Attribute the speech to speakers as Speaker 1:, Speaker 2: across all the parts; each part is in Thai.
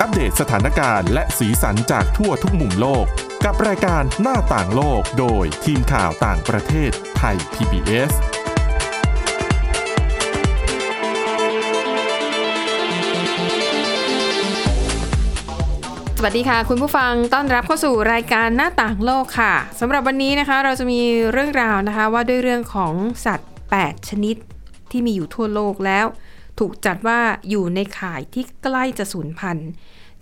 Speaker 1: อัปเดตสถานการณ์และสีสันจากทั่วทุกมุมโลก กับรายการหน้าต่างโลกโดยทีมข่าวต่างประเทศไทย PBS
Speaker 2: สวัสดีค่ะ คุณผู้ฟังต้อนรับเข้าสู่รายการหน้าต่างโลกค่ะสำหรับวันนี้นะคะ เราจะมีเรื่องราวนะคะ ว่าด้วยเรื่องของสัตว์ 8 ชนิดที่มีอยู่ทั่วโลกแล้ว ถูกจัดว่าอยู่ในข่ายที่ใกล้จะสูญพันธุ์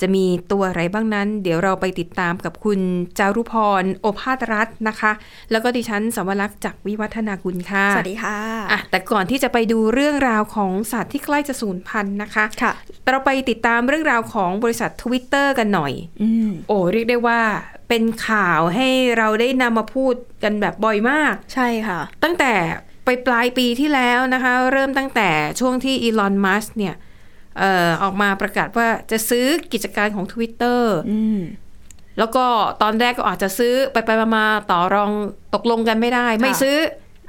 Speaker 2: จะมีตัวอะไรบ้างนั้น เดี๋ยวเราไปติดตามกับคุณจารุพรโอภาสรัตน์นะคะ แล้วก็ดิฉันสวรักษ์จากวิวัฒนากุลค่ะ
Speaker 3: สวัสดีค่ะ
Speaker 2: อ่ะแต่ก่อนที่จะไปดูเรื่องราวของสัตว์ที่ใกล้จะสูญพันธุ์นะคะ
Speaker 3: ค่ะ
Speaker 2: เราไปติดตามเรื่องราวของบริษัท Twitter กันหน่อย
Speaker 3: อืม
Speaker 2: โอ้เรียกได้ว่าเป็นข่าวให้เราได้นำมาพูดกันแบบบ่อยมาก
Speaker 3: ใช่ค่ะ
Speaker 2: ตั้งแต่ไปปลายปีที่แล้วนะคะ เริ่มตั้งแต่ช่วงที่อีลอนมัสก์เนี่ยเอ่อออกมาประกาศว่าจะซื้อกิจการของ Twitter
Speaker 3: อืม
Speaker 2: แล้วก็ตอนแรกก็อาจจะซื้อไปไปๆมาๆต่อรองตกลงกันไม่ได้ ไม่
Speaker 3: ค่ะ
Speaker 2: ซื้อ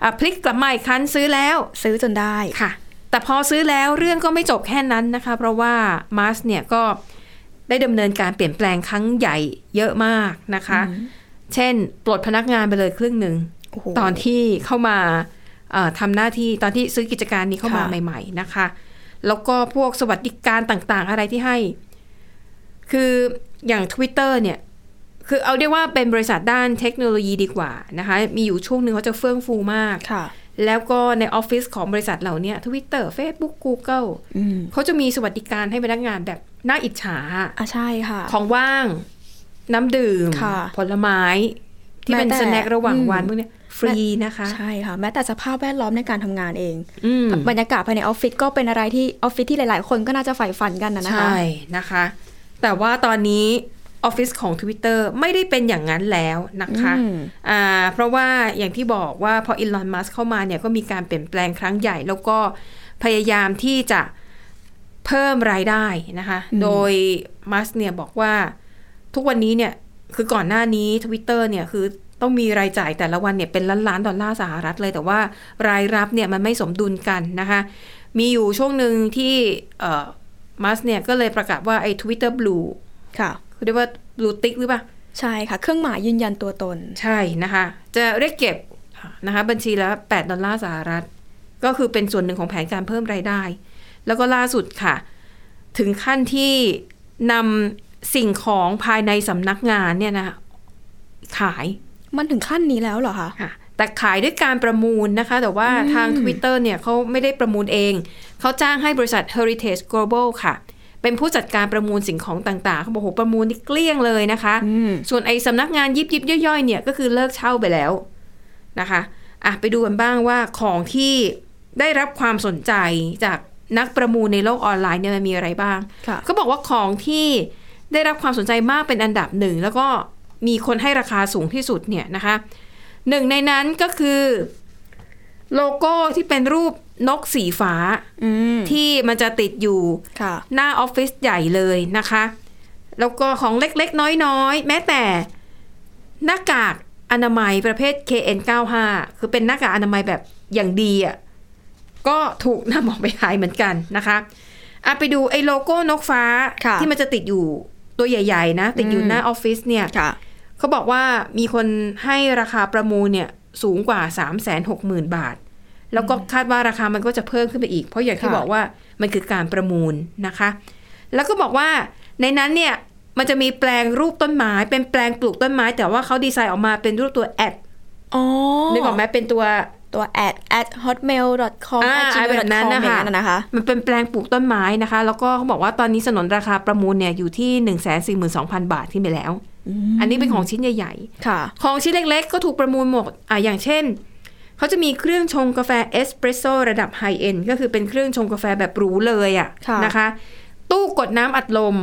Speaker 2: อ่ะพลิกกลับมาอีกครั้งซื้อแล้ว
Speaker 3: ซื้อจนได้
Speaker 2: ค่ะแต่พอซื้อแล้วเรื่องก็ไม่จบแค่นั้นนะคะ เพราะว่ามาร์สเนี่ยก็ได้ดำเนินการเปลี่ยนแปลงครั้งใหญ่เยอะมากนะคะ เช่น ปลดพนักงานไปเลยครึ่งหนึ่ง
Speaker 3: โอ้โห
Speaker 2: ตอนที่เข้ามาเอ่อทำหน้าที่ตอนที่ซื้อกิจการนี้เข้ามา
Speaker 3: ค่ะ
Speaker 2: ใหม่ ๆนะคะ แล้วก็พวกสวัสดิการต่างๆ อะไรที่ให้ คืออย่าง Twitter เนี่ย คือเอาเรียกว่าเป็นบริษัทด้านเทคโนโลยีดีกว่านะคะ มีอยู่ช่วงหนึ่งเขาจะเฟื่องฟูมาก
Speaker 3: ค่ะ
Speaker 2: แล้วก็ในออฟฟิศของบริษัทเหล่าเนี้ย Twitter Facebook Google
Speaker 3: อืม
Speaker 2: เขาจะมีสวัสดิการให้พนักงานแบบน่าอิจฉา
Speaker 3: อ่ะใช่ค่ะ
Speaker 2: ของว่าง น้ำดื่ม
Speaker 3: ค่ะ
Speaker 2: ผลไม้ ที่เป็น
Speaker 3: แม้แต่
Speaker 2: สแน็คระหว่าง
Speaker 3: อืม
Speaker 2: วันพวกเนี้ยฟรีนะคะ
Speaker 3: ใช่ค่ะ แม้แต่สภาพแวดล้อมในการทำงานเอง
Speaker 2: อืม
Speaker 3: บรรยากาศภายในออฟฟิศก็เป็นอะไรที่ออฟฟิศที่หลาย ๆ คนก็น่าจะใฝ่ฝันกันนะนะคะ
Speaker 2: ใช่นะคะ แต่ว่าตอนนี้ออฟฟิศของ Twitter ไม่ได้เป็นอย่างนั้นแล้วนะคะ
Speaker 3: อืม
Speaker 2: อ่าเพราะว่าอย่างที่บอกว่าพออีลอนมัสเข้ามาเนี่ยก็มีการเปลี่ยนแปลงครั้งใหญ่ แล้วก็พยายามที่จะเพิ่มรายได้นะคะ โดยมัสเนี่ยบอกว่าทุกวันนี้เนี่ยคือก่อนหน้านี้ Twitter เนี่ยคือต้องมีรายจ่ายแต่ละวันเนี่ยเป็นล้านล้านๆดอลลาร์สหรัฐเลย แต่ว่ารายรับเนี่ยมันไม่สมดุลกันนะคะ มีอยู่ช่วงหนึ่งที่เอ่อ มัสก์เนี่ยก็เลยประกาศว่าไอ้ทวิตเตอร์บลู
Speaker 3: ค่ะ
Speaker 2: เรียกว่าบลูติ c กหรือเปล่า
Speaker 3: ใช่ค่ะ เครื่องหมายยืนยันตัวตน
Speaker 2: ใช่นะคะ จะเรียกเก็บนะคะบัญชีละ 8 ดอลลาร์สหรัฐ ก็คือเป็นส่วนหนึ่งของแผนการเพิ่มรายได้ แล้วก็ล่าสุดค่ะ ถึงขั้นที่นำสิ่งของภายในสำนักงานเนี่ยนะขาย
Speaker 3: มันถึงขั้นนี้แล้วเหรอคะ
Speaker 2: ค่ะแต่ขายด้วยการประมูลนะคะ แต่ว่าทาง Twitter เนี่ยเขาไม่ได้ประมูลเอง เขาจ้างให้บริษัท Heritage Global ค่ะ เป็นผู้จัดการประมูลสิ่งของต่างๆเขาบอกโหประมูลนี่เกลี้ยงเลยนะคะ
Speaker 3: อืม
Speaker 2: ส่วนไอ้สำนักงานยิบยิบย่อยๆเนี่ยก็คือเลิกเช่าไปแล้วนะคะอ่ะไปดูกันบ้างว่าของที่ได้รับความสนใจจากนักประมูลในโลกออนไลน์เนี่ยมันมีอะไรบ้าง
Speaker 3: ค่ะ
Speaker 2: ก็บอกว่าของที่ได้รับความสนใจมากเป็นอันดับหนึ่ง แล้วก็มีคนให้ราคาสูงที่สุดเนี่ยนะคะหนึ่งในนั้นก็คือ โลโก้ที่เป็นรูปนกสีฟ้า
Speaker 3: อืม
Speaker 2: ที่มันจะติดอยู่
Speaker 3: ค่ะ
Speaker 2: หน้าออฟฟิศใหญ่เลยนะคะ แล้วก็ของเล็กๆ น้อยๆ แม้แต่หน้ากากอนามัยประเภท KN95 คือเป็นหน้ากากอนามัยแบบอย่างดีอ่ะก็ถูกนำออกไปขายเหมือนกันนะคะอะไปดูไอ้โลโก้นกฟ้า
Speaker 3: ค่ะ
Speaker 2: ที่มันจะติดอยู่ตัวใหญ่ๆนะ ติดอยู่หน้าออฟฟิศเนี่ย
Speaker 3: ค่ะ
Speaker 2: เขาบอกว่ามีคนให้ราคาประมูลเนี่ยสูงกว่า 3 6 0 0 0 0 บาท แล้วก็คาดว่าราคามันก็จะเพิ่มขึ้นไปอีก เพราะอย่างที่
Speaker 3: ค่ะ
Speaker 2: บอกว่ามันคือการประมูลนะคะ แล้วก็บอกว่าในนั้นเนี่ยมันจะมีแปลงรูปต้นไม้เป็นแปลงปลูกต้นไม้ แต่ว่าเขาดีไซน์ออกมาเป็นรูปตัวแอด
Speaker 3: อ๋อ
Speaker 2: นึกออกไหมเป็นตัว
Speaker 3: ตัว at at hotmail com
Speaker 2: อ่า
Speaker 3: at
Speaker 2: อ่า
Speaker 3: gmail
Speaker 2: แบบนั้น
Speaker 3: com
Speaker 2: นะ
Speaker 3: อ
Speaker 2: คะ
Speaker 3: ย่างนั้นนะคะ
Speaker 2: มันเป็นแปลงปลูกต้นไม้นะคะ แล้วก็เขาบอกว่าตอนนี้สนนราคาประมูลเนี่ยอยู่ที่1 4 2 0 0 0 บาทที่ไปแล้ว อันนี้เป็นของชิ้นใหญ่ๆ
Speaker 3: ค่ะ
Speaker 2: ของชิ้นเล็กๆ ก็ถูกประมูลหมดอ่ะอย่างเช่น เขาจะมีเครื่องชงกาแฟเอสเปรสโซระดับไฮเอ็นก็คือเป็นเครื่องชงกาแฟแบบหรูเลยอะ
Speaker 3: ค่ะ
Speaker 2: ่ะนะคะ ตู้กดน้ำอัดลม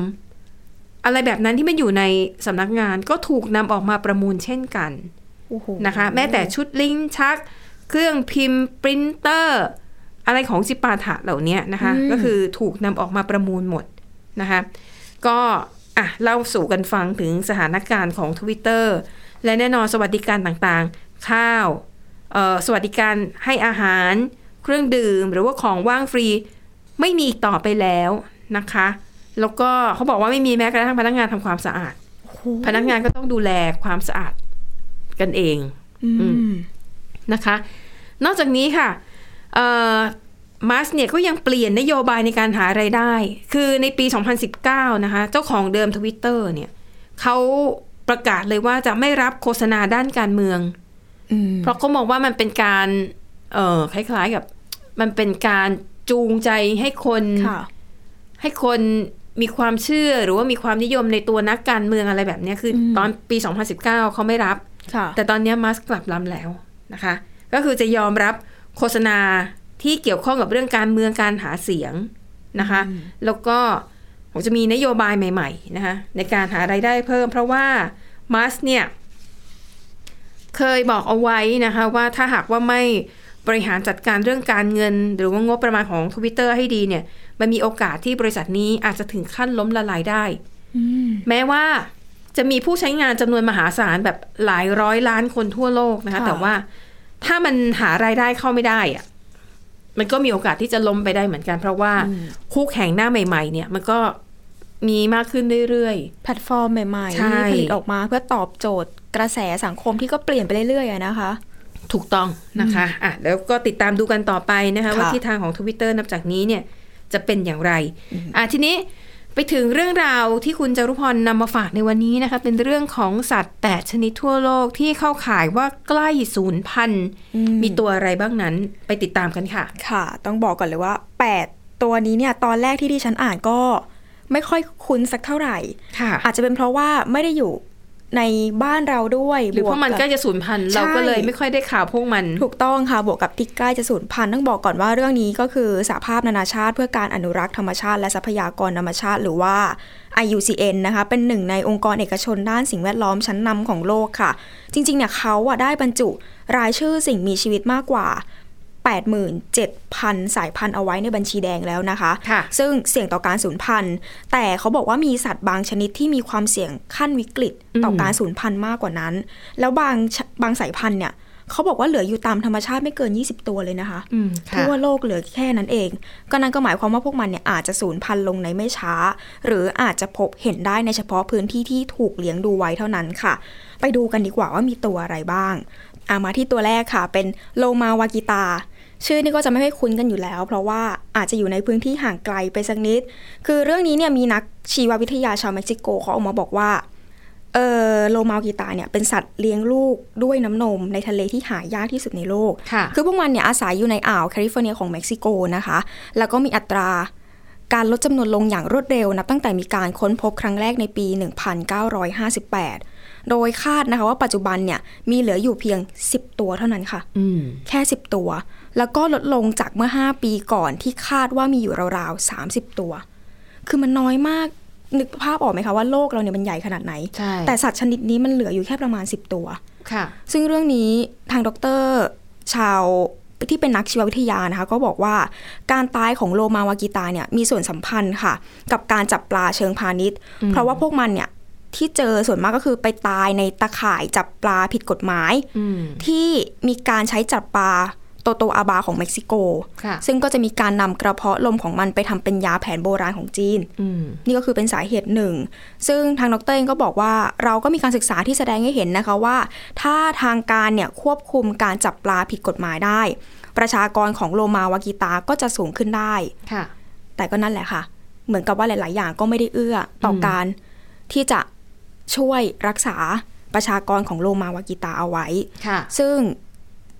Speaker 2: อะไรแบบนั้นที่มันอยู่ในสำนักงานก็ถูกนำออกมาประมูลเช่นกัน
Speaker 3: โอ้โห
Speaker 2: นะคะ แม้แต่ชุดลิ้นชัก เครื่องพิมพ์ปรินเตอร์ อะไรของจิปาถะเหล่านี้นะคะ
Speaker 3: อืม
Speaker 2: ก็คือถูกนำออกมาประมูลหมดนะคะ ก็อ่ะเล่าสู่กันฟังถึงสถานการณ์ของ Twitter และแน่นอนสวัสดิการต่างๆ ข้าวเอ่อสวัสดิการให้อาหาร เครื่องดื่ม หรือว่าของว่างฟรีไม่มีอีกต่อไปแล้วนะคะ แล้วก็เขาบอกว่าไม่มีแม้กระทั่งพนักงานทำความสะอาด พนักงานก็ต้องดูแลความสะอาดกันเอง
Speaker 3: อืม
Speaker 2: นะคะ นอกจากนี้ค่ะมาร์สเนี่ยก็ยังเปลี่ยนนโยบายในการหาไรายได้ คือในปี 2019 นะคะ เจ้าของเดิมทวิตเตอร์เนี่ยเขาประกาศเลยว่าจะไม่รับโฆษณาด้านการเมือง
Speaker 3: อืม
Speaker 2: เพราะเขามองว่ามันเป็นการเอ่อคล้ายๆกับ มันเป็นการจูงใจให้คน
Speaker 3: ค่ะ
Speaker 2: ให้คนมีความเชื่อหรือว่ามีความนิยมในตัวนักการเมืองอะไรแบบเนี้ยคืออ
Speaker 3: ม
Speaker 2: ตอนปี 2019 เขาไม่รับ
Speaker 3: ค่ะ
Speaker 2: แต่ตอนเนี้ยมัสก์กลับล้ำแล้วนะคะ ก็คือจะยอมรับโฆษณาที่เกี่ยวข้องกับเรื่องการเมืองการหาเสียงนะคะ แล้วก็ผมจะมีนโยบายใหม่ๆนะคะในการหารายได้เพิ่ม เพราะว่ามัสก์เนี่ย เคยบอกเอาไว้นะคะว่าถ้าหากว่าไม่บริหารจัดการเรื่องการเงิน หรือว่างบประมาณของ Twitter ให้ดีเนี่ย มันมีโอกาสที่บริษัทนี้อาจจะถึงขั้นล้มละลายได้
Speaker 3: อืม
Speaker 2: แม้ว่าจะมีผู้ใช้งานจำนวนมหาศาลแบบหลายร้อยล้านคนทั่วโลกนะคะ แต่ว่าถ้ามันหารายได้เข้าไม่ได้อะมันก็มีโอกาสที่จะล้มไปได้เหมือนกัน เพราะว่าคู่แข่งหน้าใหม่ ๆ เนี่ย มันก็มีมากขึ้นเรื่อย
Speaker 3: แพลตฟอร์มใหม่ๆ
Speaker 2: ใช่
Speaker 3: ที่ผลิตออกมาเพื่อตอบโจทย์กระแสสังคมที่ก็เปลี่ยนไปเรื่อยๆอะนะคะ
Speaker 2: ๆ ถูกต้องนะคะอ่ะแล้วก็ติดตามดูกันต่อไปนะคะ
Speaker 3: ค่ะ
Speaker 2: ว่าทิศทางของทวิตเตอร์นับจากนี้เนี่ยจะเป็นอย่างไรอ่ะทีนี้ไปถึงเรื่องราวที่คุณจารุพรนำมาฝากในวันนี้นะคะเป็นเรื่องของสัตว์แปดชนิดทั่วโลกที่เข้าข่ายว่าใกล้สูญพันธุ์ มีตัวอะไรบ้างนั้นไปติดตามกันค่ะ
Speaker 3: ค่ะ ต้องบอกก่อนเลยว่า 8 ตัวนี้เนี่ย ตอนแรกที่ดิฉันอ่านก็ไม่ค่อยคุ้นสักเท่าไหร่
Speaker 2: ค่ะ
Speaker 3: อาจจะเป็นเพราะว่าไม่ได้อยู่ในบ้านเราด้วย
Speaker 2: หรือเพราะมัน
Speaker 3: บว
Speaker 2: ใก
Speaker 3: กั
Speaker 2: ล้
Speaker 3: บ
Speaker 2: จะสูญพันธุ์
Speaker 3: ใช่
Speaker 2: เราก็เลยไม่ค่อยได้ข่าวพวกมัน
Speaker 3: ถูกต้องค่ะ บวกกับที่ใกล้จะสูญพันธุ์ต้องบอกก่อนว่าเรื่องนี้ก็คือสหภาพนานาชาติเพื่อการอนุรักษ์ธรรมชาติ และทรัพยากรธรรมชาติ หรือว่า IUCN นะคะ เป็นหนึ่งในองค์กรเอกชนด้านสิ่งแวดล้อมชั้นนำของโลกค่ะ จริงๆเนี่ยเขาอะได้บรรจุรายชื่อสิ่งมีชีวิตมากกว่า 87,000 สายพันธุ์เอาไว้ในบัญชีแดงแล้วนะคะ
Speaker 2: ค่ะ
Speaker 3: ซึ่งเสี่ยงต่อการสูญพันธุ์ แต่เขาบอกว่ามีสัตว์บางชนิดที่มีความเสี่ยงขั้นวิกฤตต่ออ
Speaker 2: ม
Speaker 3: การสูญพันธุ์มากกว่านั้น แล้วบางชบางสายพันธุ์เนี่ยเขาบอกว่าเหลืออยู่ตามธรรมชาติไม่เกิน 20 ตัวเลยนะคะ
Speaker 2: อืมค่ะ
Speaker 3: ทั่วโลกเหลือแค่นั้นเอง ก็นั่นก็หมายความว่าพวกมันเนี่ยอาจจะสูญพันธุ์ลงในไม่ช้า หรืออาจจะพบเห็นได้ในเฉพาะพื้นที่ที่ถูกเลี้ยงดูไว้เท่านั้นค่ะ ไปดูกันดีกว่าว่ามีตัวอะไรบ้างอามาที่ตัวแรกค่ะ เป็นโลมาวากิตา ชื่อนี่ก็จะไม่ค่อยคุ้นกันอยู่แล้ว เพราะว่าอาจจะอยู่ในพื้นที่ห่างไกลไปสักนิด คือเรื่องนี้เนี่ยมีนักชีววิทยาชาวเม็กซิโกเขาออกมาบอกว่า เออโลมากีตาเนี่ยเป็นสัตว์เลี้ยงลูกด้วยน้ำนม ในทะเลที่หายากที่สุดในโลก
Speaker 2: ค่ะ
Speaker 3: คือพวกมันเนี่ยอาศัยอยู่ในอ่าวแคลิฟอร์เนียของเม็กซิโกนะคะ แล้วก็มีอัตราการลดจำนวนลงอย่างรวดเร็วนับตั้งแต่มีการค้นพบครั้งแรกในปี 1958 โดยคาดนะคะว่าปัจจุบันเนี่ยมีเหลืออยู่เพียง 10 ตัวเท่านั้นค่ะ
Speaker 2: อืม
Speaker 3: แค่ 10 ตัว แล้วก็ลดลงจากเมื่อ 5 ปีก่อนที่คาดว่ามีอยู่ราวๆ 30 ตัว คือมันน้อยมาก นึกภาพออกไหมคะว่าโลกเราเนี่ยมันใหญ่ขนาดไหน
Speaker 2: ใช่
Speaker 3: แต่สัตว์ชนิดนี้มันเหลืออยู่แค่ประมาณ 10 ตัว
Speaker 2: ค่ะ
Speaker 3: ซึ่งเรื่องนี้ทางดรชาวที่เป็นนักชีววิทยานะคะ ก็บอกว่าการตายของโลมาวากิตาเนี่ยมีส่วนสัมพันธ์ค่ะ กับการจับปลาเชิงพาณิชย์ เพราะว่าพวกมันเนี่ยที่เจอส่วนมากก็คือไปตายในตะข่ายจับปลาผิดกฎหมาย
Speaker 2: อืม
Speaker 3: ที่มีการใช้จับปลาโตโตอาบาของเม็กซิโก
Speaker 2: ค่ะ
Speaker 3: ซึ่งก็จะมีการนำกระเพาะลมของมันไปทำเป็นยาแผนโบราณของจีน
Speaker 2: อืม
Speaker 3: นี่ก็คือเป็นสาเหตุหนึ่ง ซึ่งทางดรเองก็บอกว่าเราก็มีการศึกษาที่แสดงให้เห็นนะคะว่า ถ้าทางการเนี่ยควบคุมการจับปลาผิดกฎหมายได้ ประชากรของโลมาวากิตาก็จะสูงขึ้นได้
Speaker 2: ค่ะ
Speaker 3: แต่ก็นั่นแหละค่ะ เหมือนกับว่าหลาย ๆ อย่างก็ไม่ได้เอื้อต่ออ
Speaker 2: ม
Speaker 3: การที่จะช่วยรักษาประชากรของโลมาวากิตาเอาไว้
Speaker 2: ค่ะ
Speaker 3: ซึ่ง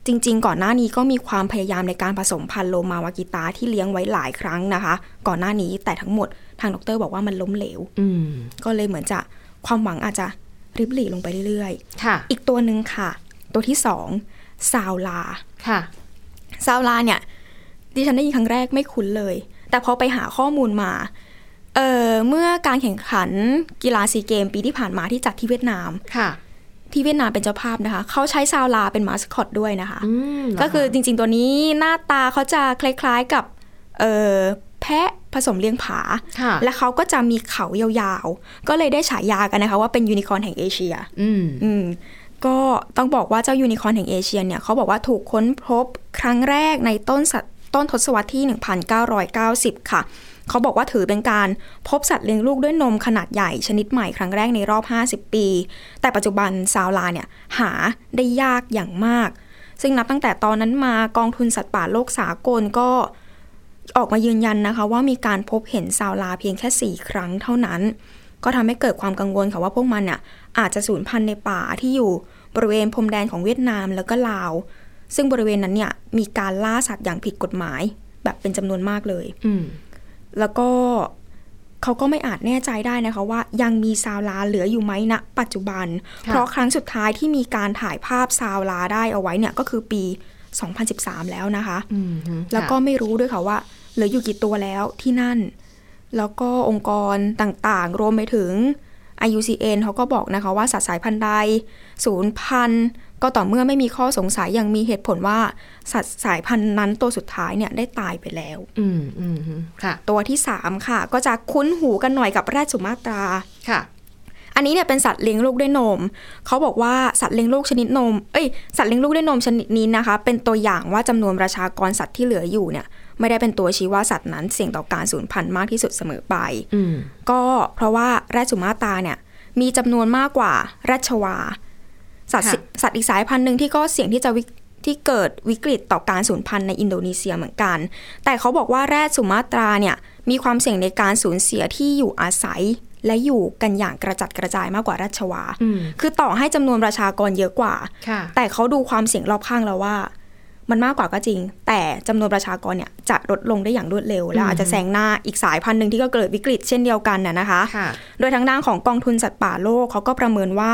Speaker 3: จริงๆ ก่อนหน้านี้ก็มีความพยายามในการผสมพันธุ์โลมาวากิตาที่เลี้ยงไว้หลายครั้งนะคะ ก่อนหน้านี้แต่ทั้งหมดทางดรบอกว่ามันล้มเหลว
Speaker 2: อืม
Speaker 3: ก็เลยเหมือนจะความหวังอาจจะริบหรี่ลงไปเรื่อย
Speaker 2: ค่ะ
Speaker 3: ๆ อีกตัวหนึ่งค่ะ ตัวที่สองซาวลา
Speaker 2: ค่ะ
Speaker 3: ซาวลาเนี่ยดิฉันได้ยินครั้งแรกไม่คุ้นเลย แต่พอไปหาข้อมูลมาเออเมื่อการแข่งขันกีฬาซีเกมปีที่ผ่านมาที่จัดที่เวียดนาม
Speaker 2: ค่ะ
Speaker 3: ที่เวียดนามเป็นเจ้าภาพนะคะ เขาใช้ซาวลาเป็นมาสคอตด้วยนะคะ
Speaker 2: อืมเหร
Speaker 3: ก็คือจริงๆตัวนี้หน้าตาเขาจะคล้ายๆกับเอ่อแพะผสมเลี้ยงผา
Speaker 2: ค่ะ
Speaker 3: และเขาก็จะมีเขายาวๆ ก็เลยได้ฉายากันนะคะว่าเป็นยูนิคอร์นแห่งเอเชีย
Speaker 2: อืม
Speaker 3: อืม ก็ต้องบอกว่าเจ้ายูนิคอร์นแห่งเอเชียเนี่ยเขาบอกว่าถูกค้นพบครั้งแรกในต้นศตต้นทศวรรษที่ 1990 ค่ะ เขาบอกว่าถือเป็นการพบสัตว์เลี้ยงลูกด้วยนมขนาดใหญ่ชนิดใหม่ครั้งแรกในรอบ 50 ปี แต่ปัจจุบันซาวลาเนี่ยหาได้ยากอย่างมาก ซึ่งนับตั้งแต่ตอนนั้นมากองทุนสัตว์ป่าโลกสากลก็ ออกมายืนยันนะคะว่ามีการพบเห็นซาวลาเพียงแค่ 4 ครั้งเท่านั้น ก็ทำให้เกิดความกังวลค่ะว่าพวกมันน่ะอาจจะสูญพันธุ์ในป่าที่อยู่บริเวณพรมแดนของเวียดนามแล้วก็ลาว ซึ่งบริเวณนั้นเนี่ยมีการล่าสัตว์อย่างผิดกฎหมาย แบบเป็นจำนวนมากเลย
Speaker 2: อืม
Speaker 3: แล้วก็เขาก็ไม่อาจแน่ใจได้นะคะว่ายังมีซาวลาเหลืออยู่ไหมณปัจจุบัน
Speaker 2: ค่ะ
Speaker 3: เพราะครั้งสุดท้ายที่มีการถ่ายภาพซาวลาได้เอาไว้เนี่ยก็คือปี 2013 แล้วนะคะ
Speaker 2: อืม
Speaker 3: แล้วก็ไม่รู้ด้วยค่ะว่าเหลืออยู่กี่ตัวแล้วที่นั่น แล้วก็องค์กรต่างๆ รวมไปถึง IUCN เขาก็บอกนะคะว่าสัตว์สายพันธุ์ใดศูนย์พันธุ์ก็ต่อเมื่อไม่มีข้อสงสัยอย่างมีเหตุผลว่าสัตว์สายพันธุ์นั้นตัวสุดท้ายเนี่ยได้ตายไปแล้ว
Speaker 2: อืมอืมอืมค่ะ
Speaker 3: ตัวที่ 3 ค่ะ ก็จะคุ้นหูกันหน่อยกับแรดสุมาตรา
Speaker 2: ค่ะ
Speaker 3: อันนี้เนี่ยเป็นสัตว์เลี้ยงลูกด้วยนม เขาบอกว่าสัตว์เลี้ยงลูกชนิดนม เอ้ย สัตว์เลี้ยงลูกด้วยนมชนิดนี้นะคะ เป็นตัวอย่างว่าจำนวนประชากรสัตว์ที่เหลืออยู่เนี่ย ไม่ได้เป็นตัวชี้ว่าสัตว์นั้นเสี่ยงต่อการสูญพันธุ์มากที่สุดเสมอไป
Speaker 2: อืม
Speaker 3: ก็เพราะว่าแรดสุมาตราเนี่ยมีจำนวนมากกว่าแรดชวา สัตว์
Speaker 2: ค่ะ
Speaker 3: สัตว์อีกสายพันธุ์หนึ่งที่ก็เสี่ยงที่จะวิกที่เกิดวิกฤตต่อการสูญพันธุ์ในอินโดนีเซียเหมือนกัน แต่เขาบอกว่าแรดสุมาตราเนี่ยมีความเสี่ยงในการสูญเสียที่อยู่อาศัย และอยู่กันอย่างกระจัดกระจายมากกว่าแรดชวา
Speaker 2: อืม
Speaker 3: คือต่อให้จำนวนประชากรเยอะกว่า
Speaker 2: ค่ะ
Speaker 3: แต่เขาดูความเสี่ยงรอบข้างแล้วว่า มันมากกว่าก็จริง แต่จำนวนประชากรเนี่ยจะลดลงได้อย่างรวดเร็ว และอาจจะแซงหน้าอีกสายพันธุ์หนึ่งที่ก็เกิดวิกฤตเช่นเดียวกันน่ะนะคะ
Speaker 2: ค่ะ
Speaker 3: โดยทางด้านของกองทุนสัตว์ป่าโลกเขาก็ประเมินว่า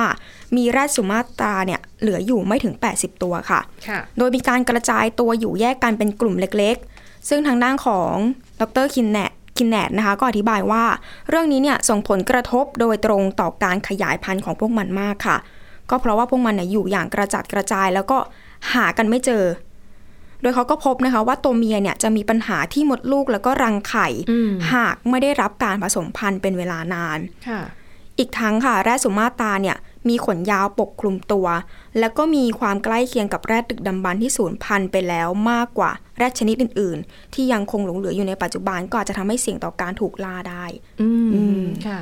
Speaker 3: มีแรดสุมาตราเนี่ยเหลืออยู่ไม่ถึง 80 ตัวค่ะ
Speaker 2: ค่ะ
Speaker 3: โดยมีการกระจายตัวอยู่แยกกันเป็นกลุ่มเล็กๆ ซึ่งทางด้านของดรคินแนคินแนนะคะ ก็อธิบายว่า เรื่องนี้เนี่ยส่งผลกระทบโดยตรงต่อการขยายพันธุ์ของพวกมันมากค่ะ ก็เพราะว่าพวกมันเนี่ยอยู่อย่างกระจัดกระจายแล้วก็หากันไม่เจอ โดยเขาก็พบนะคะว่าตัวเมียเนี่ยจะมีปัญหาที่มดลูกแล้วก็รังไข่
Speaker 2: อืม
Speaker 3: หากไม่ได้รับการผสมพันธุ์เป็นเวลานาน
Speaker 2: ค่ะ
Speaker 3: อีกทั้งค่ะแร่สุมาตราเนี่ยมีขนยาวปกคลุมตัว แล้วก็มีความใกล้เคียงกับแร่ดึกดำบรรพ์ที่สูญพันธุ์ไปแล้วมากกว่าแร่ชนิดอื่น ๆ ที่ยังคงหลงเหลืออยู่ในปัจจุบันก็อาจจะทำให้เสี่ยงต่อการถูกล่าได้
Speaker 2: อืม
Speaker 3: อืม
Speaker 2: ค่ะ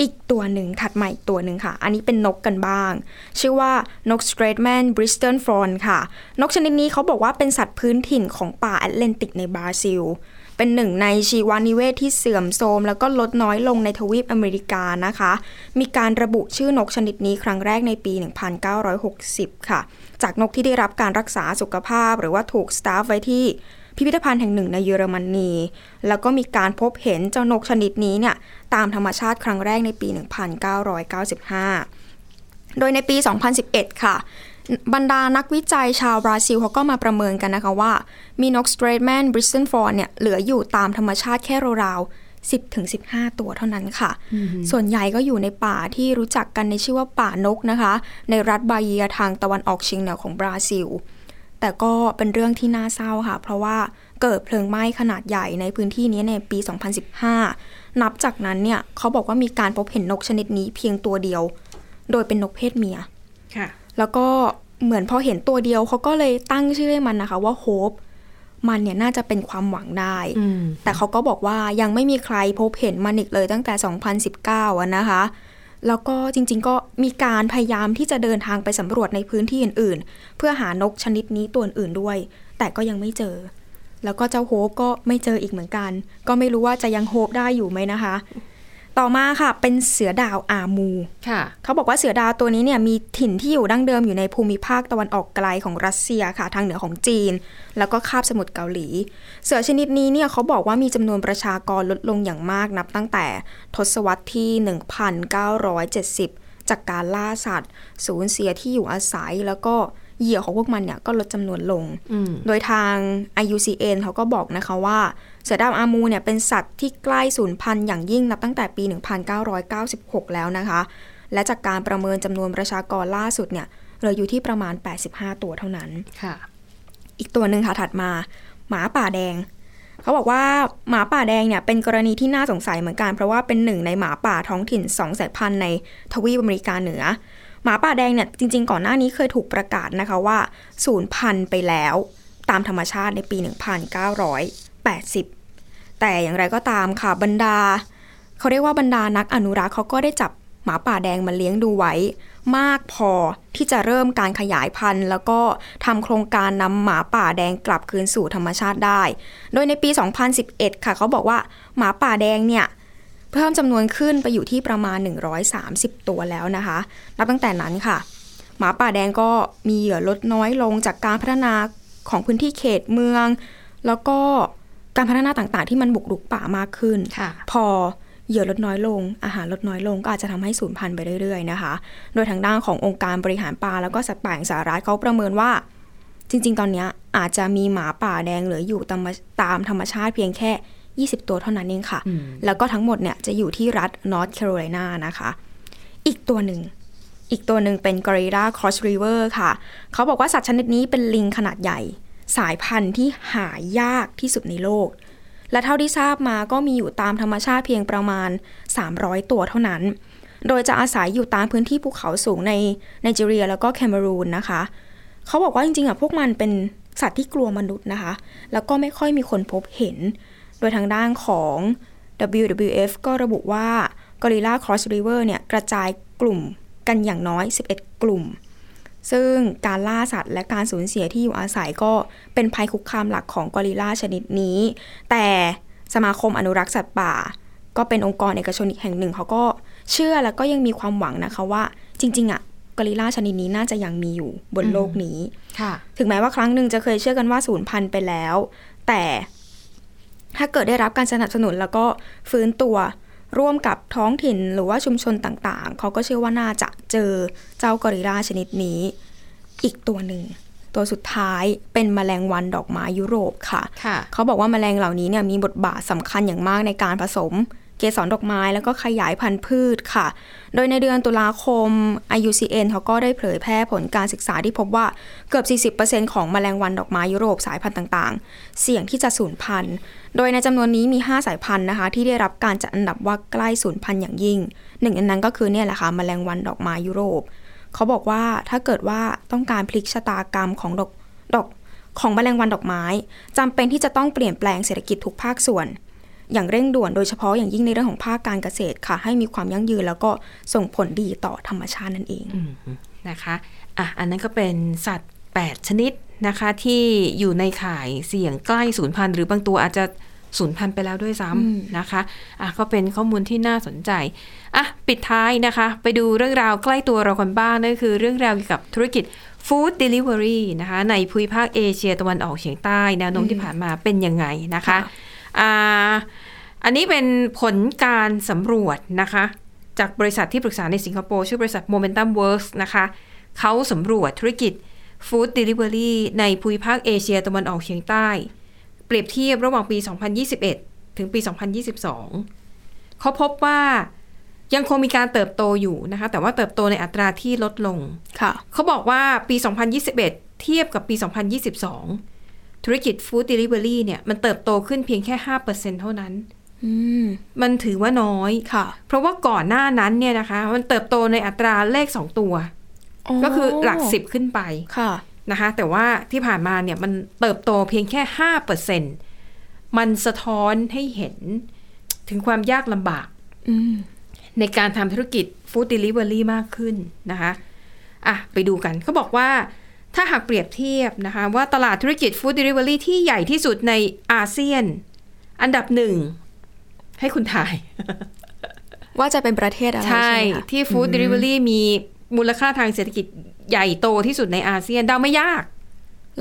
Speaker 3: อีกตัวหนึ่งถัดมาอีกตัวหนึ่งค่ะ อันนี้เป็นนกกันบ้าง ชื่อว่านก Straightman Bristol Fawn ค่ะ นกชนิดนี้เขาบอกว่าเป็นสัตว์พื้นถิ่นของป่าแอตแลนติกในบราซิล เป็นหนึ่งในชีวานิเวศที่เสื่อมโทรมแล้วก็ลดน้อยลงในทวีปอเมริกานะคะ มีการระบุชื่อนกชนิดนี้ครั้งแรกในปี 1960 ค่ะ จากนกที่ได้รับการรักษาสุขภาพ หรือว่าถูกสตาฟไว้ที่พิพิธภัณฑ์แห่งหนึ่งในเยอรมนี แล้วก็มีการพบเห็นเจ้านกชนิดนี้เนี่ย ตามธรรมชาติครั้งแรกในปี 1995 โดยในปี 2011 ค่ะ บรรดานักวิจัยชาวบราซิลเขาก็มาประเมินกันนะคะว่า มีนก Straightman b r i s t o n f o r เนี่ยเหลืออยู่ตามธรรมชาติแค่ราวๆ10-15 ตัวเท่านั้นค่ะ ส่วนใหญ่ก็อยู่ในป่าที่รู้จักกันในชื่อว่าป่านกนะคะ ในรัฐบาเยียทางตะวันออกเฉียงเหนือของบราซิล แต่ก็เป็นเรื่องที่น่าเศร้าค่ะ เพราะว่าเกิดเพลิงไหม้ขนาดใหญ่ในพื้นที่นี้ในปี 2015 นับจากนั้นเนี่ยเขาบอกว่ามีการพบเห็นนกชนิดนี้เพียงตัวเดียว โดยเป็นนกเพศเมีย
Speaker 2: ค่ะ
Speaker 3: แล้วก็เหมือนพอเห็นตัวเดียวเขาก็เลยตั้งชื่อให้มันนะคะว่าโฮปมันเนี่ยน่าจะเป็นความหวังได้
Speaker 2: อืม
Speaker 3: แต่เขาก็บอกว่ายังไม่มีใครพบเห็นมันอีกเลยตั้งแต่ 2019อะนะคะ แล้วก็จริงๆก็มีการพยายามที่จะเดินทางไปสำรวจในพื้นที่อื่นๆ เพื่อหานกชนิดนี้ตัวอื่นๆด้วย แต่ก็ยังไม่เจอ แล้วก็เจ้าโฮปก็ไม่เจออีกเหมือนกัน ก็ไม่รู้ว่าจะยังโฮปได้อยู่ไหมนะคะ ต่อมาค่ะเป็นเสือดาวอามู
Speaker 2: ค่ะ
Speaker 3: เขาบอกว่าเสือดาวตัวนี้เนี่ยมีถิ่นที่อยู่ดั้งเดิมอยู่ในภูมิภาคตะวันออกไกลของรัสเซียค่ะทางเหนือของจีน แล้วก็คาบสมุทรเกาหลี เสือชนิดนี้เนี่ยเขาบอกว่ามีจำนวนประชากรลดลงอย่างมากนับตั้งแต่ทศวรรษที่ 1970 จากการล่าสัตว์ สูญเสียที่อยู่อาศัย แล้วก็เหยื่อของพวกมันเนี่ยก็ลดจำนวนลง
Speaker 2: อืม
Speaker 3: โดยทาง IUCN เขาก็บอกนะคะว่า เสือดาวอามูเนี่ยเป็นสัตว์ที่ใกล้สูญพันธุ์อย่างยิ่งนับตั้งแต่ปี 1996 แล้วนะคะ และจากการประเมินจำนวนประชากรล่าสุดเนี่ยเหลืออยู่ที่ประมาณ 85 ตัวเท่านั้น
Speaker 2: ค่ะ
Speaker 3: อีกตัวหนึ่งค่ะถัดมา หมาป่าแดง เขาบอกว่าหมาป่าแดงเนี่ยเป็นกรณีที่น่าสงสัยเหมือนกัน เพราะว่าเป็นหนึ่งในหมาป่าท้องถิ่นสองสายพันธุ์ในทวีปอเมริกาเหนือ หมาป่าแดงเนี่ยจริง ๆ ก่อนหน้านี้เคยถูกประกาศนะคะว่าสูญพันธุ์ไปแล้ว ตามธรรมชาติในปี 1980 แต่อย่างไรก็ตามค่ะบรรดา เขาเรียกว่าบรรดานักอนุรักษ์เขาก็ได้จับหมาป่าแดงมาเลี้ยงดูไว้ มากพอที่จะเริ่มการขยายพันธุ์ แล้วก็ทำโครงการนำหมาป่าแดงกลับคืนสู่ธรรมชาติได้ โดยในปี 2011 ค่ะเขาบอกว่าหมาป่าแดงเนี่ยเพิ่มจำนวนขึ้นไปอยู่ที่ประมาณ 130 ตัวแล้วนะคะนับตั้งแต่นั้นค่ะ หมาป่าแดงก็มีเหยื่อลดน้อยลงจากการพัฒนาของพื้นที่เขตเมือง แล้วก็การพัฒนาต่างๆ ที่มันบุกรุกป่ามากขึ้น
Speaker 2: ค่ะ
Speaker 3: พอเหยื่อลดน้อยลง อาหารลดน้อยลงก็อาจจะทำให้สูญพันธุ์ไปเรื่อยๆนะคะ โดยทางด้านขององค์การบริหารป่าแล้วก็สัตว์ป่าแห่งสหรัฐเขาประเมินว่า จริง ๆ ตอนเนี้ยอาจจะมีหมาป่าแดงเหลืออยู่ตามตามธรรมชาติเพียงแค่ 20 ตัวเท่านั้นเองค่ะ แล้วก็ทั้งหมดเนี่ยจะอยู่ที่รัฐนอร์ทแคโรไลนานะคะ อีกตัวหนึ่ง อีกตัวหนึ่งเป็นกอริลลาครอสริเวอร์ค่ะ เขาบอกว่าสัตว์ชนิดนี้เป็นลิงขนาดใหญ่ สายพันธุ์ที่หายากที่สุดในโลก และเท่าที่ทราบมาก็มีอยู่ตามธรรมชาติเพียงประมาณ 300 ตัวเท่านั้น โดยจะอาศัยอยู่ตามพื้นที่ภูเขาสูงในไนจีเรียแล้วก็แคเมรูนนะคะ เขาบอกว่าจริงๆอ่ะพวกมันเป็นสัตว์ที่กลัวมนุษย์นะคะ แล้วก็ไม่ค่อยมีคนพบเห็น โดยทางด้านของ WWF ก็ระบุว่ากอริลลาครอสริเวอร์เนี่ยกระจายกลุ่มกันอย่างน้อย 11 กลุ่ม ซึ่งการล่าสัตว์และการสูญเสียที่อยู่อาศัยก็เป็นภัยคุกคามหลักของกอริลลาชนิดนี้ แต่สมาคมอนุรักษ์สัตว์ป่า ก็เป็นองค์กรเอกชนอีกแห่งหนึ่งเขาก็เชื่อแล้วก็ยังมีความหวังนะคะว่าจริงๆอะกอริลลาชนิดนี้น่าจะยังมีอยู่บนโลกนี้
Speaker 2: ค่ะ
Speaker 3: ถึงแม้ว่าครั้งหนึ่งจะเคยเชื่อกันว่าสูญพันธุ์ไปแล้ว แต่ถ้าเกิดได้รับการสนับสนุนแล้วก็ฟื้นตัวร่วมกับท้องถิ่นหรือว่าชุมชนต่างๆ เขาก็เชื่อว่าน่าจะเจอเจ้ากอริลลาชนิดนี้ อีกตัวหนึ่ง ตัวสุดท้ายเป็นแมลงวันดอกไม้ยุโรปค่ะ
Speaker 2: ค่ะ
Speaker 3: เขาบอกว่าแมลงเหล่านี้เนี่ยมีบทบาทสำคัญอย่างมากในการผสม เกสรดอกไม้แล้วก็ขยายพันธุ์พืชค่ะ โดยในเดือนตุลาคม IUCN เขาก็ได้เผยแพร่ผลการศึกษาที่พบว่าเกือบ 40%ของแมลงวันดอกไม้ยุโรปสายพันธุ์ต่างๆ เสี่ยงที่จะสูญพันธุ์ โดยในจำนวนนี้มี 5 สายพันธุ์นะคะ ที่ได้รับการจัดอันดับว่าใกล้สูญพันธุ์อย่างยิ่ง หนึ่งในนั้นก็คือเนี่ยแหละค่ะแมลงวันดอกไม้ยุโรป เขาบอกว่าถ้าเกิดว่าต้องการพลิกชะตากรรมของดอกดอก ของแมลงวันดอกไม้จำเป็นที่จะต้องเปลี่ยนแปลงเศรษฐกิจทุกภาคส่วน อย่างเร่งด่วนโดยเฉพาะอย่างยิ่งในเรื่องของภาคการเกษตรค่ะ ให้มีความยั่งยืนแล้วก็ส่งผลดีต่อธรรมชาตินั่นเอง
Speaker 2: นะคะ อ่ะ อันนั้นก็เป็นสัตว์ 8 ชนิดนะคะ ที่อยู่ในข่ายเสี่ยงใกล้สูญพันธุ์หรือบางตัวอาจจะสูญพันธุ์ไปแล้วด้วยซ้
Speaker 3: อืม
Speaker 2: ำนะคะ อ่ะ ก็เป็นข้อมูลที่น่าสนใจ อ่ะ ปิดท้ายนะคะ ไปดูเรื่องราวใกล้ตัวเรากันบ้างนั่นคือเรื่องราวเกี่ยวกับธุรกิจ Food Delivery นะคะ ในภูมิภาคเอเชียตะวันออกเฉียงใต้ แนวโน้มที่ผ่านมาเป็นยังไงนะคะ อ่า อันนี้เป็นผลการสำรวจนะคะ จากบริษัทที่ปรึกษาในสิงคโปร์ ชื่อบริษัท Momentum Works นะคะ เขาสำรวจธุรกิจ Food Delivery ในภูมิภาคเอเชียตะวันออกเฉียงใต้ เปรียบเทียบระหว่างปี 2021 ถึงปี 2022 เขาพบว่ายังคงมีการเติบโตอยู่นะคะ แต่ว่าเติบโตในอัตราที่ลดลง
Speaker 3: ค่ะ
Speaker 2: เขาบอกว่าปี 2021 เทียบกับปี 2022 ธุรกิจ Food Delivery เนี่ยมันเติบโตขึ้นเพียงแค่ 5%เท่านั้น
Speaker 3: อืม
Speaker 2: มันถือว่าน้อย
Speaker 3: ค่ะ
Speaker 2: เพราะว่าก่อนหน้านั้นเนี่ยนะคะ มันเติบโตในอัตราเลข 2 ตัว ก็คือหลัก 10 ขึ้นไป
Speaker 3: ค่ะ
Speaker 2: นะคะ แต่ว่าที่ผ่านมาเนี่ยมันเติบโตเพียงแค่ 5%มันสะท้อนให้เห็นถึงความยากลำบาก
Speaker 3: อืม
Speaker 2: ในการทำธุรกิจฟู้ด d ดลิเวอรี่มากขึ้นนะคะ อ่ะ ไปดูกันเขาบอกว่าถ้าหากเปรียบเทียบนะคะ ว่าตลาดธุรกิจฟู้ด d ดลิเวอรี่ที่ใหญ่ที่สุดในอาเซียน อันดับหนึ่ง ให้คุณทาย
Speaker 3: ว่าจะเป็นประเทศอะไร
Speaker 2: ใช่
Speaker 3: ใช่ไหมคะ
Speaker 2: ที่ฟู้ด d ดลิเวอรี่มีมูลค่าทางเศรษฐกิจใหญ่โตที่สุดในอาเซียนเดาไม่ยาก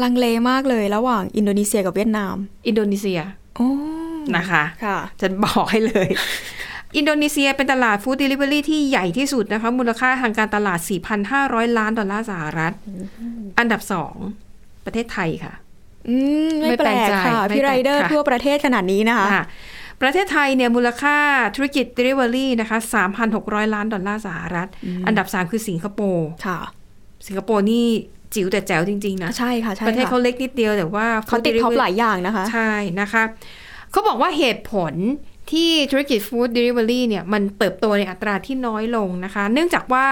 Speaker 3: ลังเลมากเลยระหว่างอินโดนีเซียกับเวียดนาม
Speaker 2: อินโดนีเซีย
Speaker 3: โอ้
Speaker 2: นะคะ
Speaker 3: ค่ะ
Speaker 2: ฉันบอกให้เลย อินโดนีเซียเป็นตลาดฟู้ด d ดลิเวอรี่ที่ใหญ่ที่สุดนะคะ มูลค่าทางการตลาด 4,500 ล้านดอลลาร์สหรัฐ อันดับสองประเทศไทยค่ะ
Speaker 3: อืม ไม่
Speaker 2: ไม่แป
Speaker 3: แป
Speaker 2: ล
Speaker 3: ล
Speaker 2: ก
Speaker 3: ก
Speaker 2: ใจ
Speaker 3: ค่ะ
Speaker 2: ไม่
Speaker 3: พี่
Speaker 2: แปลก
Speaker 3: ไรเดอร์
Speaker 2: ค่ะ
Speaker 3: ทั่วประเทศขนาดนี้นะคะ
Speaker 2: อ่ะประเทศไทยเนี่ยมูลค่าธุรกิจ Delivery นะคะ 3,600 ล้านดอลลาร์สหรัฐ อันดับ 3 คือสิงคโปร์
Speaker 3: ค่ะ
Speaker 2: สิงคโปร์นี่จิ๋วแต่แจ๋วจริง ๆ นะ
Speaker 3: ใช่ค่ะใช่
Speaker 2: ประเทศ
Speaker 3: ค่
Speaker 2: เขาเล็กนิดเดียวแต่ว่า
Speaker 3: เขา
Speaker 2: Food
Speaker 3: ติดท็อป
Speaker 2: Delivery
Speaker 3: หลายอย่างนะคะ
Speaker 2: ใช่นะคะ เขาบอกว่าเหตุผลที่ธุรกิจฟู้ดเดลิเวอรี่เนี่ยมันเติบโตในอัตราที่น้อยลงนะคะ เนื่องจากว่า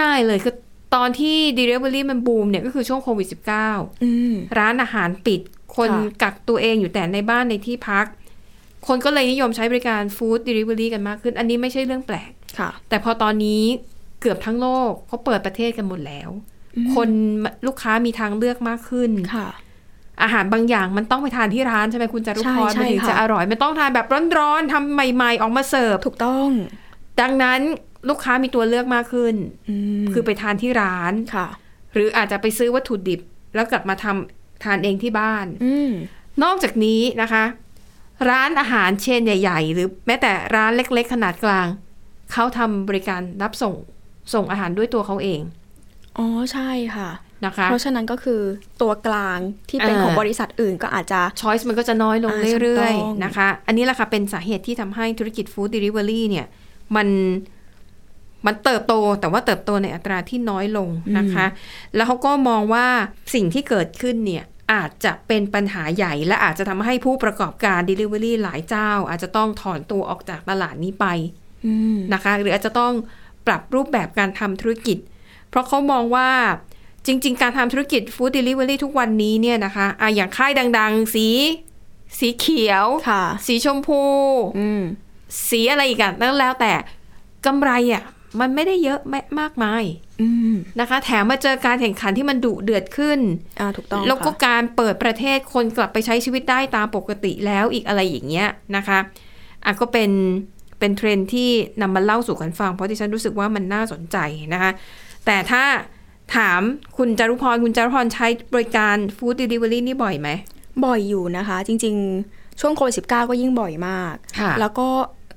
Speaker 2: ง่ายๆเลยคือตอนที่ Delivery มันบูมเนี่ยก็คือช่วงโควิด -19
Speaker 3: อืม
Speaker 2: ร้านอาหารปิด คน
Speaker 3: ค่ะ
Speaker 2: กักตัวเองอยู่แต่ในบ้านในที่พัก คนก็เลยนิยมใช้บริการฟู้ดเดลิเวอรี่กันมากขึ้น อันนี้ไม่ใช่เรื่องแปลก
Speaker 3: ค่ะ
Speaker 2: แต่พอตอนนี้เกือบทั้งโลกเขาเปิดประเทศกันหมดแล้ว
Speaker 3: อืม
Speaker 2: คนลูกค้ามีทางเลือกมากขึ้น
Speaker 3: ค่ะ
Speaker 2: อาหารบางอย่างมันต้องไปทานที่ร้านใช่ไหมคุณจารุพร
Speaker 3: ใช่ใช่
Speaker 2: มันถึง
Speaker 3: ค่ะ
Speaker 2: จะอร่อย มันต้องทานแบบร้อนๆทำใหม่ ๆ ออกมาเสิร์ฟ
Speaker 3: ถูกต้อง
Speaker 2: ดังนั้นลูกค้ามีตัวเลือกมากขึ้น
Speaker 3: อืม
Speaker 2: คือไปทานที่ร้าน
Speaker 3: ค่ะ
Speaker 2: หรืออาจจะไปซื้อวัตถุดิบ แล้วกลับมาทำทานเองที่บ้าน
Speaker 3: อืม
Speaker 2: นอกจากนี้นะคะ ร้านอาหารเชนใหญ่ ๆ หรือแม้แต่ร้านเล็ก ๆ ขนาดกลาง เขาทำบริการรับส่งส่งอาหารด้วยตัวเขาเอง
Speaker 3: อ๋อใช่ค่ะ
Speaker 2: นะคะ
Speaker 3: เพราะฉะนั้นก็คือตัวกลางที่เป็น
Speaker 2: เออ
Speaker 3: ของบริษัทอื่นก็อาจจะ
Speaker 2: ช้อยส์มันก็จะน้อยลง
Speaker 3: อ่า
Speaker 2: เรื่อย
Speaker 3: ถูกต้อง
Speaker 2: ๆนะคะ อันนี้แหละค่ะเป็นสาเหตุที่ทำให้ธุรกิจฟู้ดเดลิเวอรี่เนี่ยมันมันเติบโตแต่ว่าเติบโตในอัตราที่น้อยลงนะคะ แล้วเขาก็มองว่าสิ่งที่เกิดขึ้นเนี่ยอาจจะเป็นปัญหาใหญ่ และอาจจะทำให้ผู้ประกอบการ Delivery หลายเจ้า อาจจะต้องถอนตัวออกจากตลาดนี้ไป
Speaker 3: อืม
Speaker 2: นะคะหรืออาจจะต้องปรับรูปแบบการทำธุรกิจ เพราะเขามองว่าจริง ๆ การทำธุรกิจฟู้ดเดลิเวอรี่ทุกวันนี้เนี่ยนะคะอะอย่างค่ายดังๆ สีสีเขียว
Speaker 3: ค่ะ
Speaker 2: สีชมพู
Speaker 3: อืม
Speaker 2: สีอะไรอีกอะนั่นแล้วแต่กำไรอะมันไม่ได้เยอะไม่มากมาย
Speaker 3: อืม
Speaker 2: นะคะ แถมมาเจอการแข่งขันที่มันดุเดือดขึ้น
Speaker 3: อ่าถูกต้อง
Speaker 2: แล้วก็
Speaker 3: ค่ะ
Speaker 2: การเปิดประเทศคนกลับไปใช้ชีวิตได้ตามปกติแล้วอีกอะไรอย่างเงี้ยนะคะอ่ะก็เป็นเป็นเทรนด์ที่นำมาเล่าสู่กันฟัง เพราะที่ฉันรู้สึกว่ามันน่าสนใจนะคะแต่ถ้าถามคุณจารุพร คุณจารุพรใช้บริการฟู้ดเดลิเวอรี่นี่บ่อยไหม
Speaker 3: บ่อยอยู่นะคะ จริงๆ ช่วงโควิด -19 ก็ยิ่งบ่อยมาก
Speaker 2: ค่ะ
Speaker 3: แล้วก็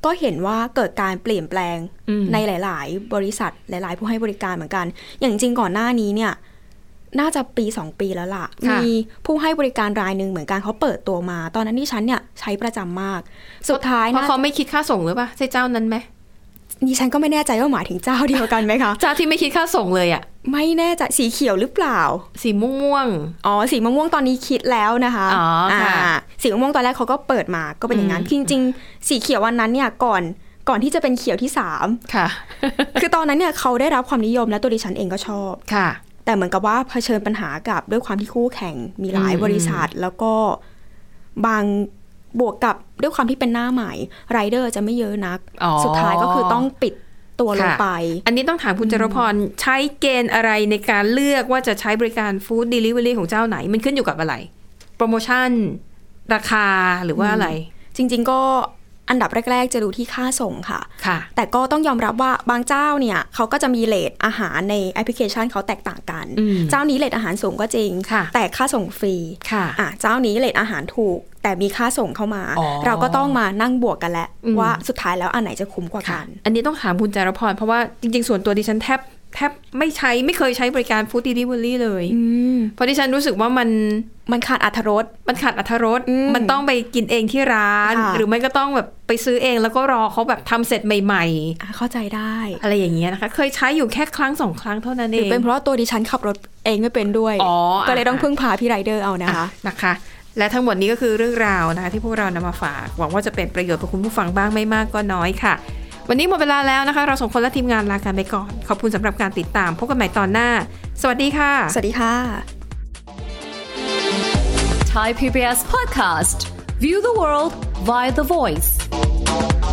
Speaker 3: ก็เห็นว่าเกิดการเปลี่ยนแปลง
Speaker 2: อืม
Speaker 3: ในหลาย ๆ บริษัทหลาย ๆ ผู้ให้บริการเหมือนกัน อย่างจริงๆก่อนหน้านี้เนี่ย น่าจะปี 2 ปีแล้วล่ะ
Speaker 2: ค่ะ
Speaker 3: มีผู้ให้บริการรายหนึ่งเหมือนกันเขาเปิดตัวมา ตอนนั้นที่ฉันเนี่ยใช้ประจำมาก สุดท้าย
Speaker 2: เพราะ
Speaker 3: นะ
Speaker 2: เขาไม่คิดค่าส่งหรือเปล่าใช่เจ้านั้นไหม
Speaker 3: ดิฉันก็ไม่แน่ใจว่าหมายถึงเจ้าเดียวกันไหมคะ
Speaker 2: เจ้าที่ไม่คิดค่าส่งเลยอะ
Speaker 3: ไม่แน่ใจสีเขียวหรือเปล่า
Speaker 2: สีม่วง
Speaker 3: อ๋อสีม่วงๆตอนนี้คิดแล้วนะคะ
Speaker 2: อ๋อค่ะ
Speaker 3: าสีม่วงๆตอนแรกเขาก็เปิดมาก็เป็นอย่างนั้น
Speaker 2: อืม
Speaker 3: จริง ๆ สีเขียววันนั้นเนี่ยก่อนก่อนที่จะเป็นเขียวที่สาม
Speaker 2: ๆค่ะ
Speaker 3: คือตอนนั้นเนี่ยเขาได้รับความนิยมและตัวดิฉันเองก็ชอบ
Speaker 2: ค่ะ
Speaker 3: แต่เหมือนกับว่าเผชิญปัญหากับด้วยความที่คู่แข่งมีหลาย
Speaker 2: อืม
Speaker 3: บริษัท แล้วก็บางบวกกับด้วยความที่เป็นหน้าใหม่ไรเดอร์จะไม่เยอะนัก
Speaker 2: อ๋อ
Speaker 3: สุดท้ายก็คือต้องปิดตัวลง
Speaker 2: ค่ะ
Speaker 3: ไป
Speaker 2: อันนี้ต้องถามคุณจรพรใช้เกณฑ์อะไรในการเลือกว่าจะใช้บริการฟู้ดเดลิเวอรี่ของเจ้าไหน มันขึ้นอยู่กับอะไร โปรโมชั่น ราคาหรือว่าอะไร
Speaker 3: จริง ๆ ก็อันดับแรก ๆ จะดูที่ค่าส่งค่ะ
Speaker 2: ค่ะ
Speaker 3: แต่ก็ต้องยอมรับว่าบางเจ้าเนี่ยเขาก็จะมีเลทอาหารในแอปพลิเคชันเขาแตกต่างกัน
Speaker 2: อืม
Speaker 3: เจ้านี้เลทอาหารสูงก็จริง
Speaker 2: ค่ะ
Speaker 3: แต่ค่าส่งฟรี
Speaker 2: ค่ะ
Speaker 3: อ่ะเจ้านี้เลทอาหารถูก แต่มีค่าส่งเข้ามา
Speaker 2: อ๋อ
Speaker 3: เราก็ต้องมานั่งบวกกันแล้ว
Speaker 2: อืม
Speaker 3: ว่าสุดท้ายแล้วอันไหนจะคุ้มกว่า
Speaker 2: ค่ะ
Speaker 3: กัน
Speaker 2: อันนี้ต้องถามคุณจรพรเพราะว่าจริง ๆ ส่วนตัวดิฉันแทบแทบไม่ใช้ไม่เคยใช้บริการฟู้ดเดลิเวอรี่เลย
Speaker 3: อืม
Speaker 2: เพราะดิฉันรู้สึกว่ามัน
Speaker 3: มันขาดอรรถรส
Speaker 2: มันขาดอรรถรส
Speaker 3: อืม
Speaker 2: มันต้องไปกินเองที่ร้าน
Speaker 3: ค่ะ
Speaker 2: หรือไม่ก็ต้องแบบไปซื้อเองแล้วก็รอเขาแบบทำเสร็จใหม่
Speaker 3: อ่ะเข้าใจได้
Speaker 2: ๆ อะไรอย่างเงี้ยนะคะ เคยใช้อยู่แค่ครั้งสองครั้งเท่านั้น
Speaker 3: ห
Speaker 2: เอ
Speaker 3: รือง เป็นเพราะตัวดิฉันขับรถเองไม่เป็นด้วย
Speaker 2: อ๋อ
Speaker 3: ก็เลยต้อง
Speaker 2: ะ
Speaker 3: พึ่งพาพี่ไรเดอร์เอานะคะ
Speaker 2: อ่นะคะ และทั้งหมดนี้ก็คือเรื่องราวนะคะที่พวกเรานำมาฝาก หวังว่าจะเป็นประโยชน์กับคุณผู้ฟังบ้างไม่มากก็น้อยค่ะ วันนี้หมดเวลาแล้วนะคะ เราส่งคนและทีมงานลากันไปก่อน ขอบคุณสำหรับการติดตามพบกันใหม่ตอนหน้า สวัสดีค่ะ
Speaker 3: สวัสดีค่ะ
Speaker 4: Thai PBS podcast. View the world via the voice.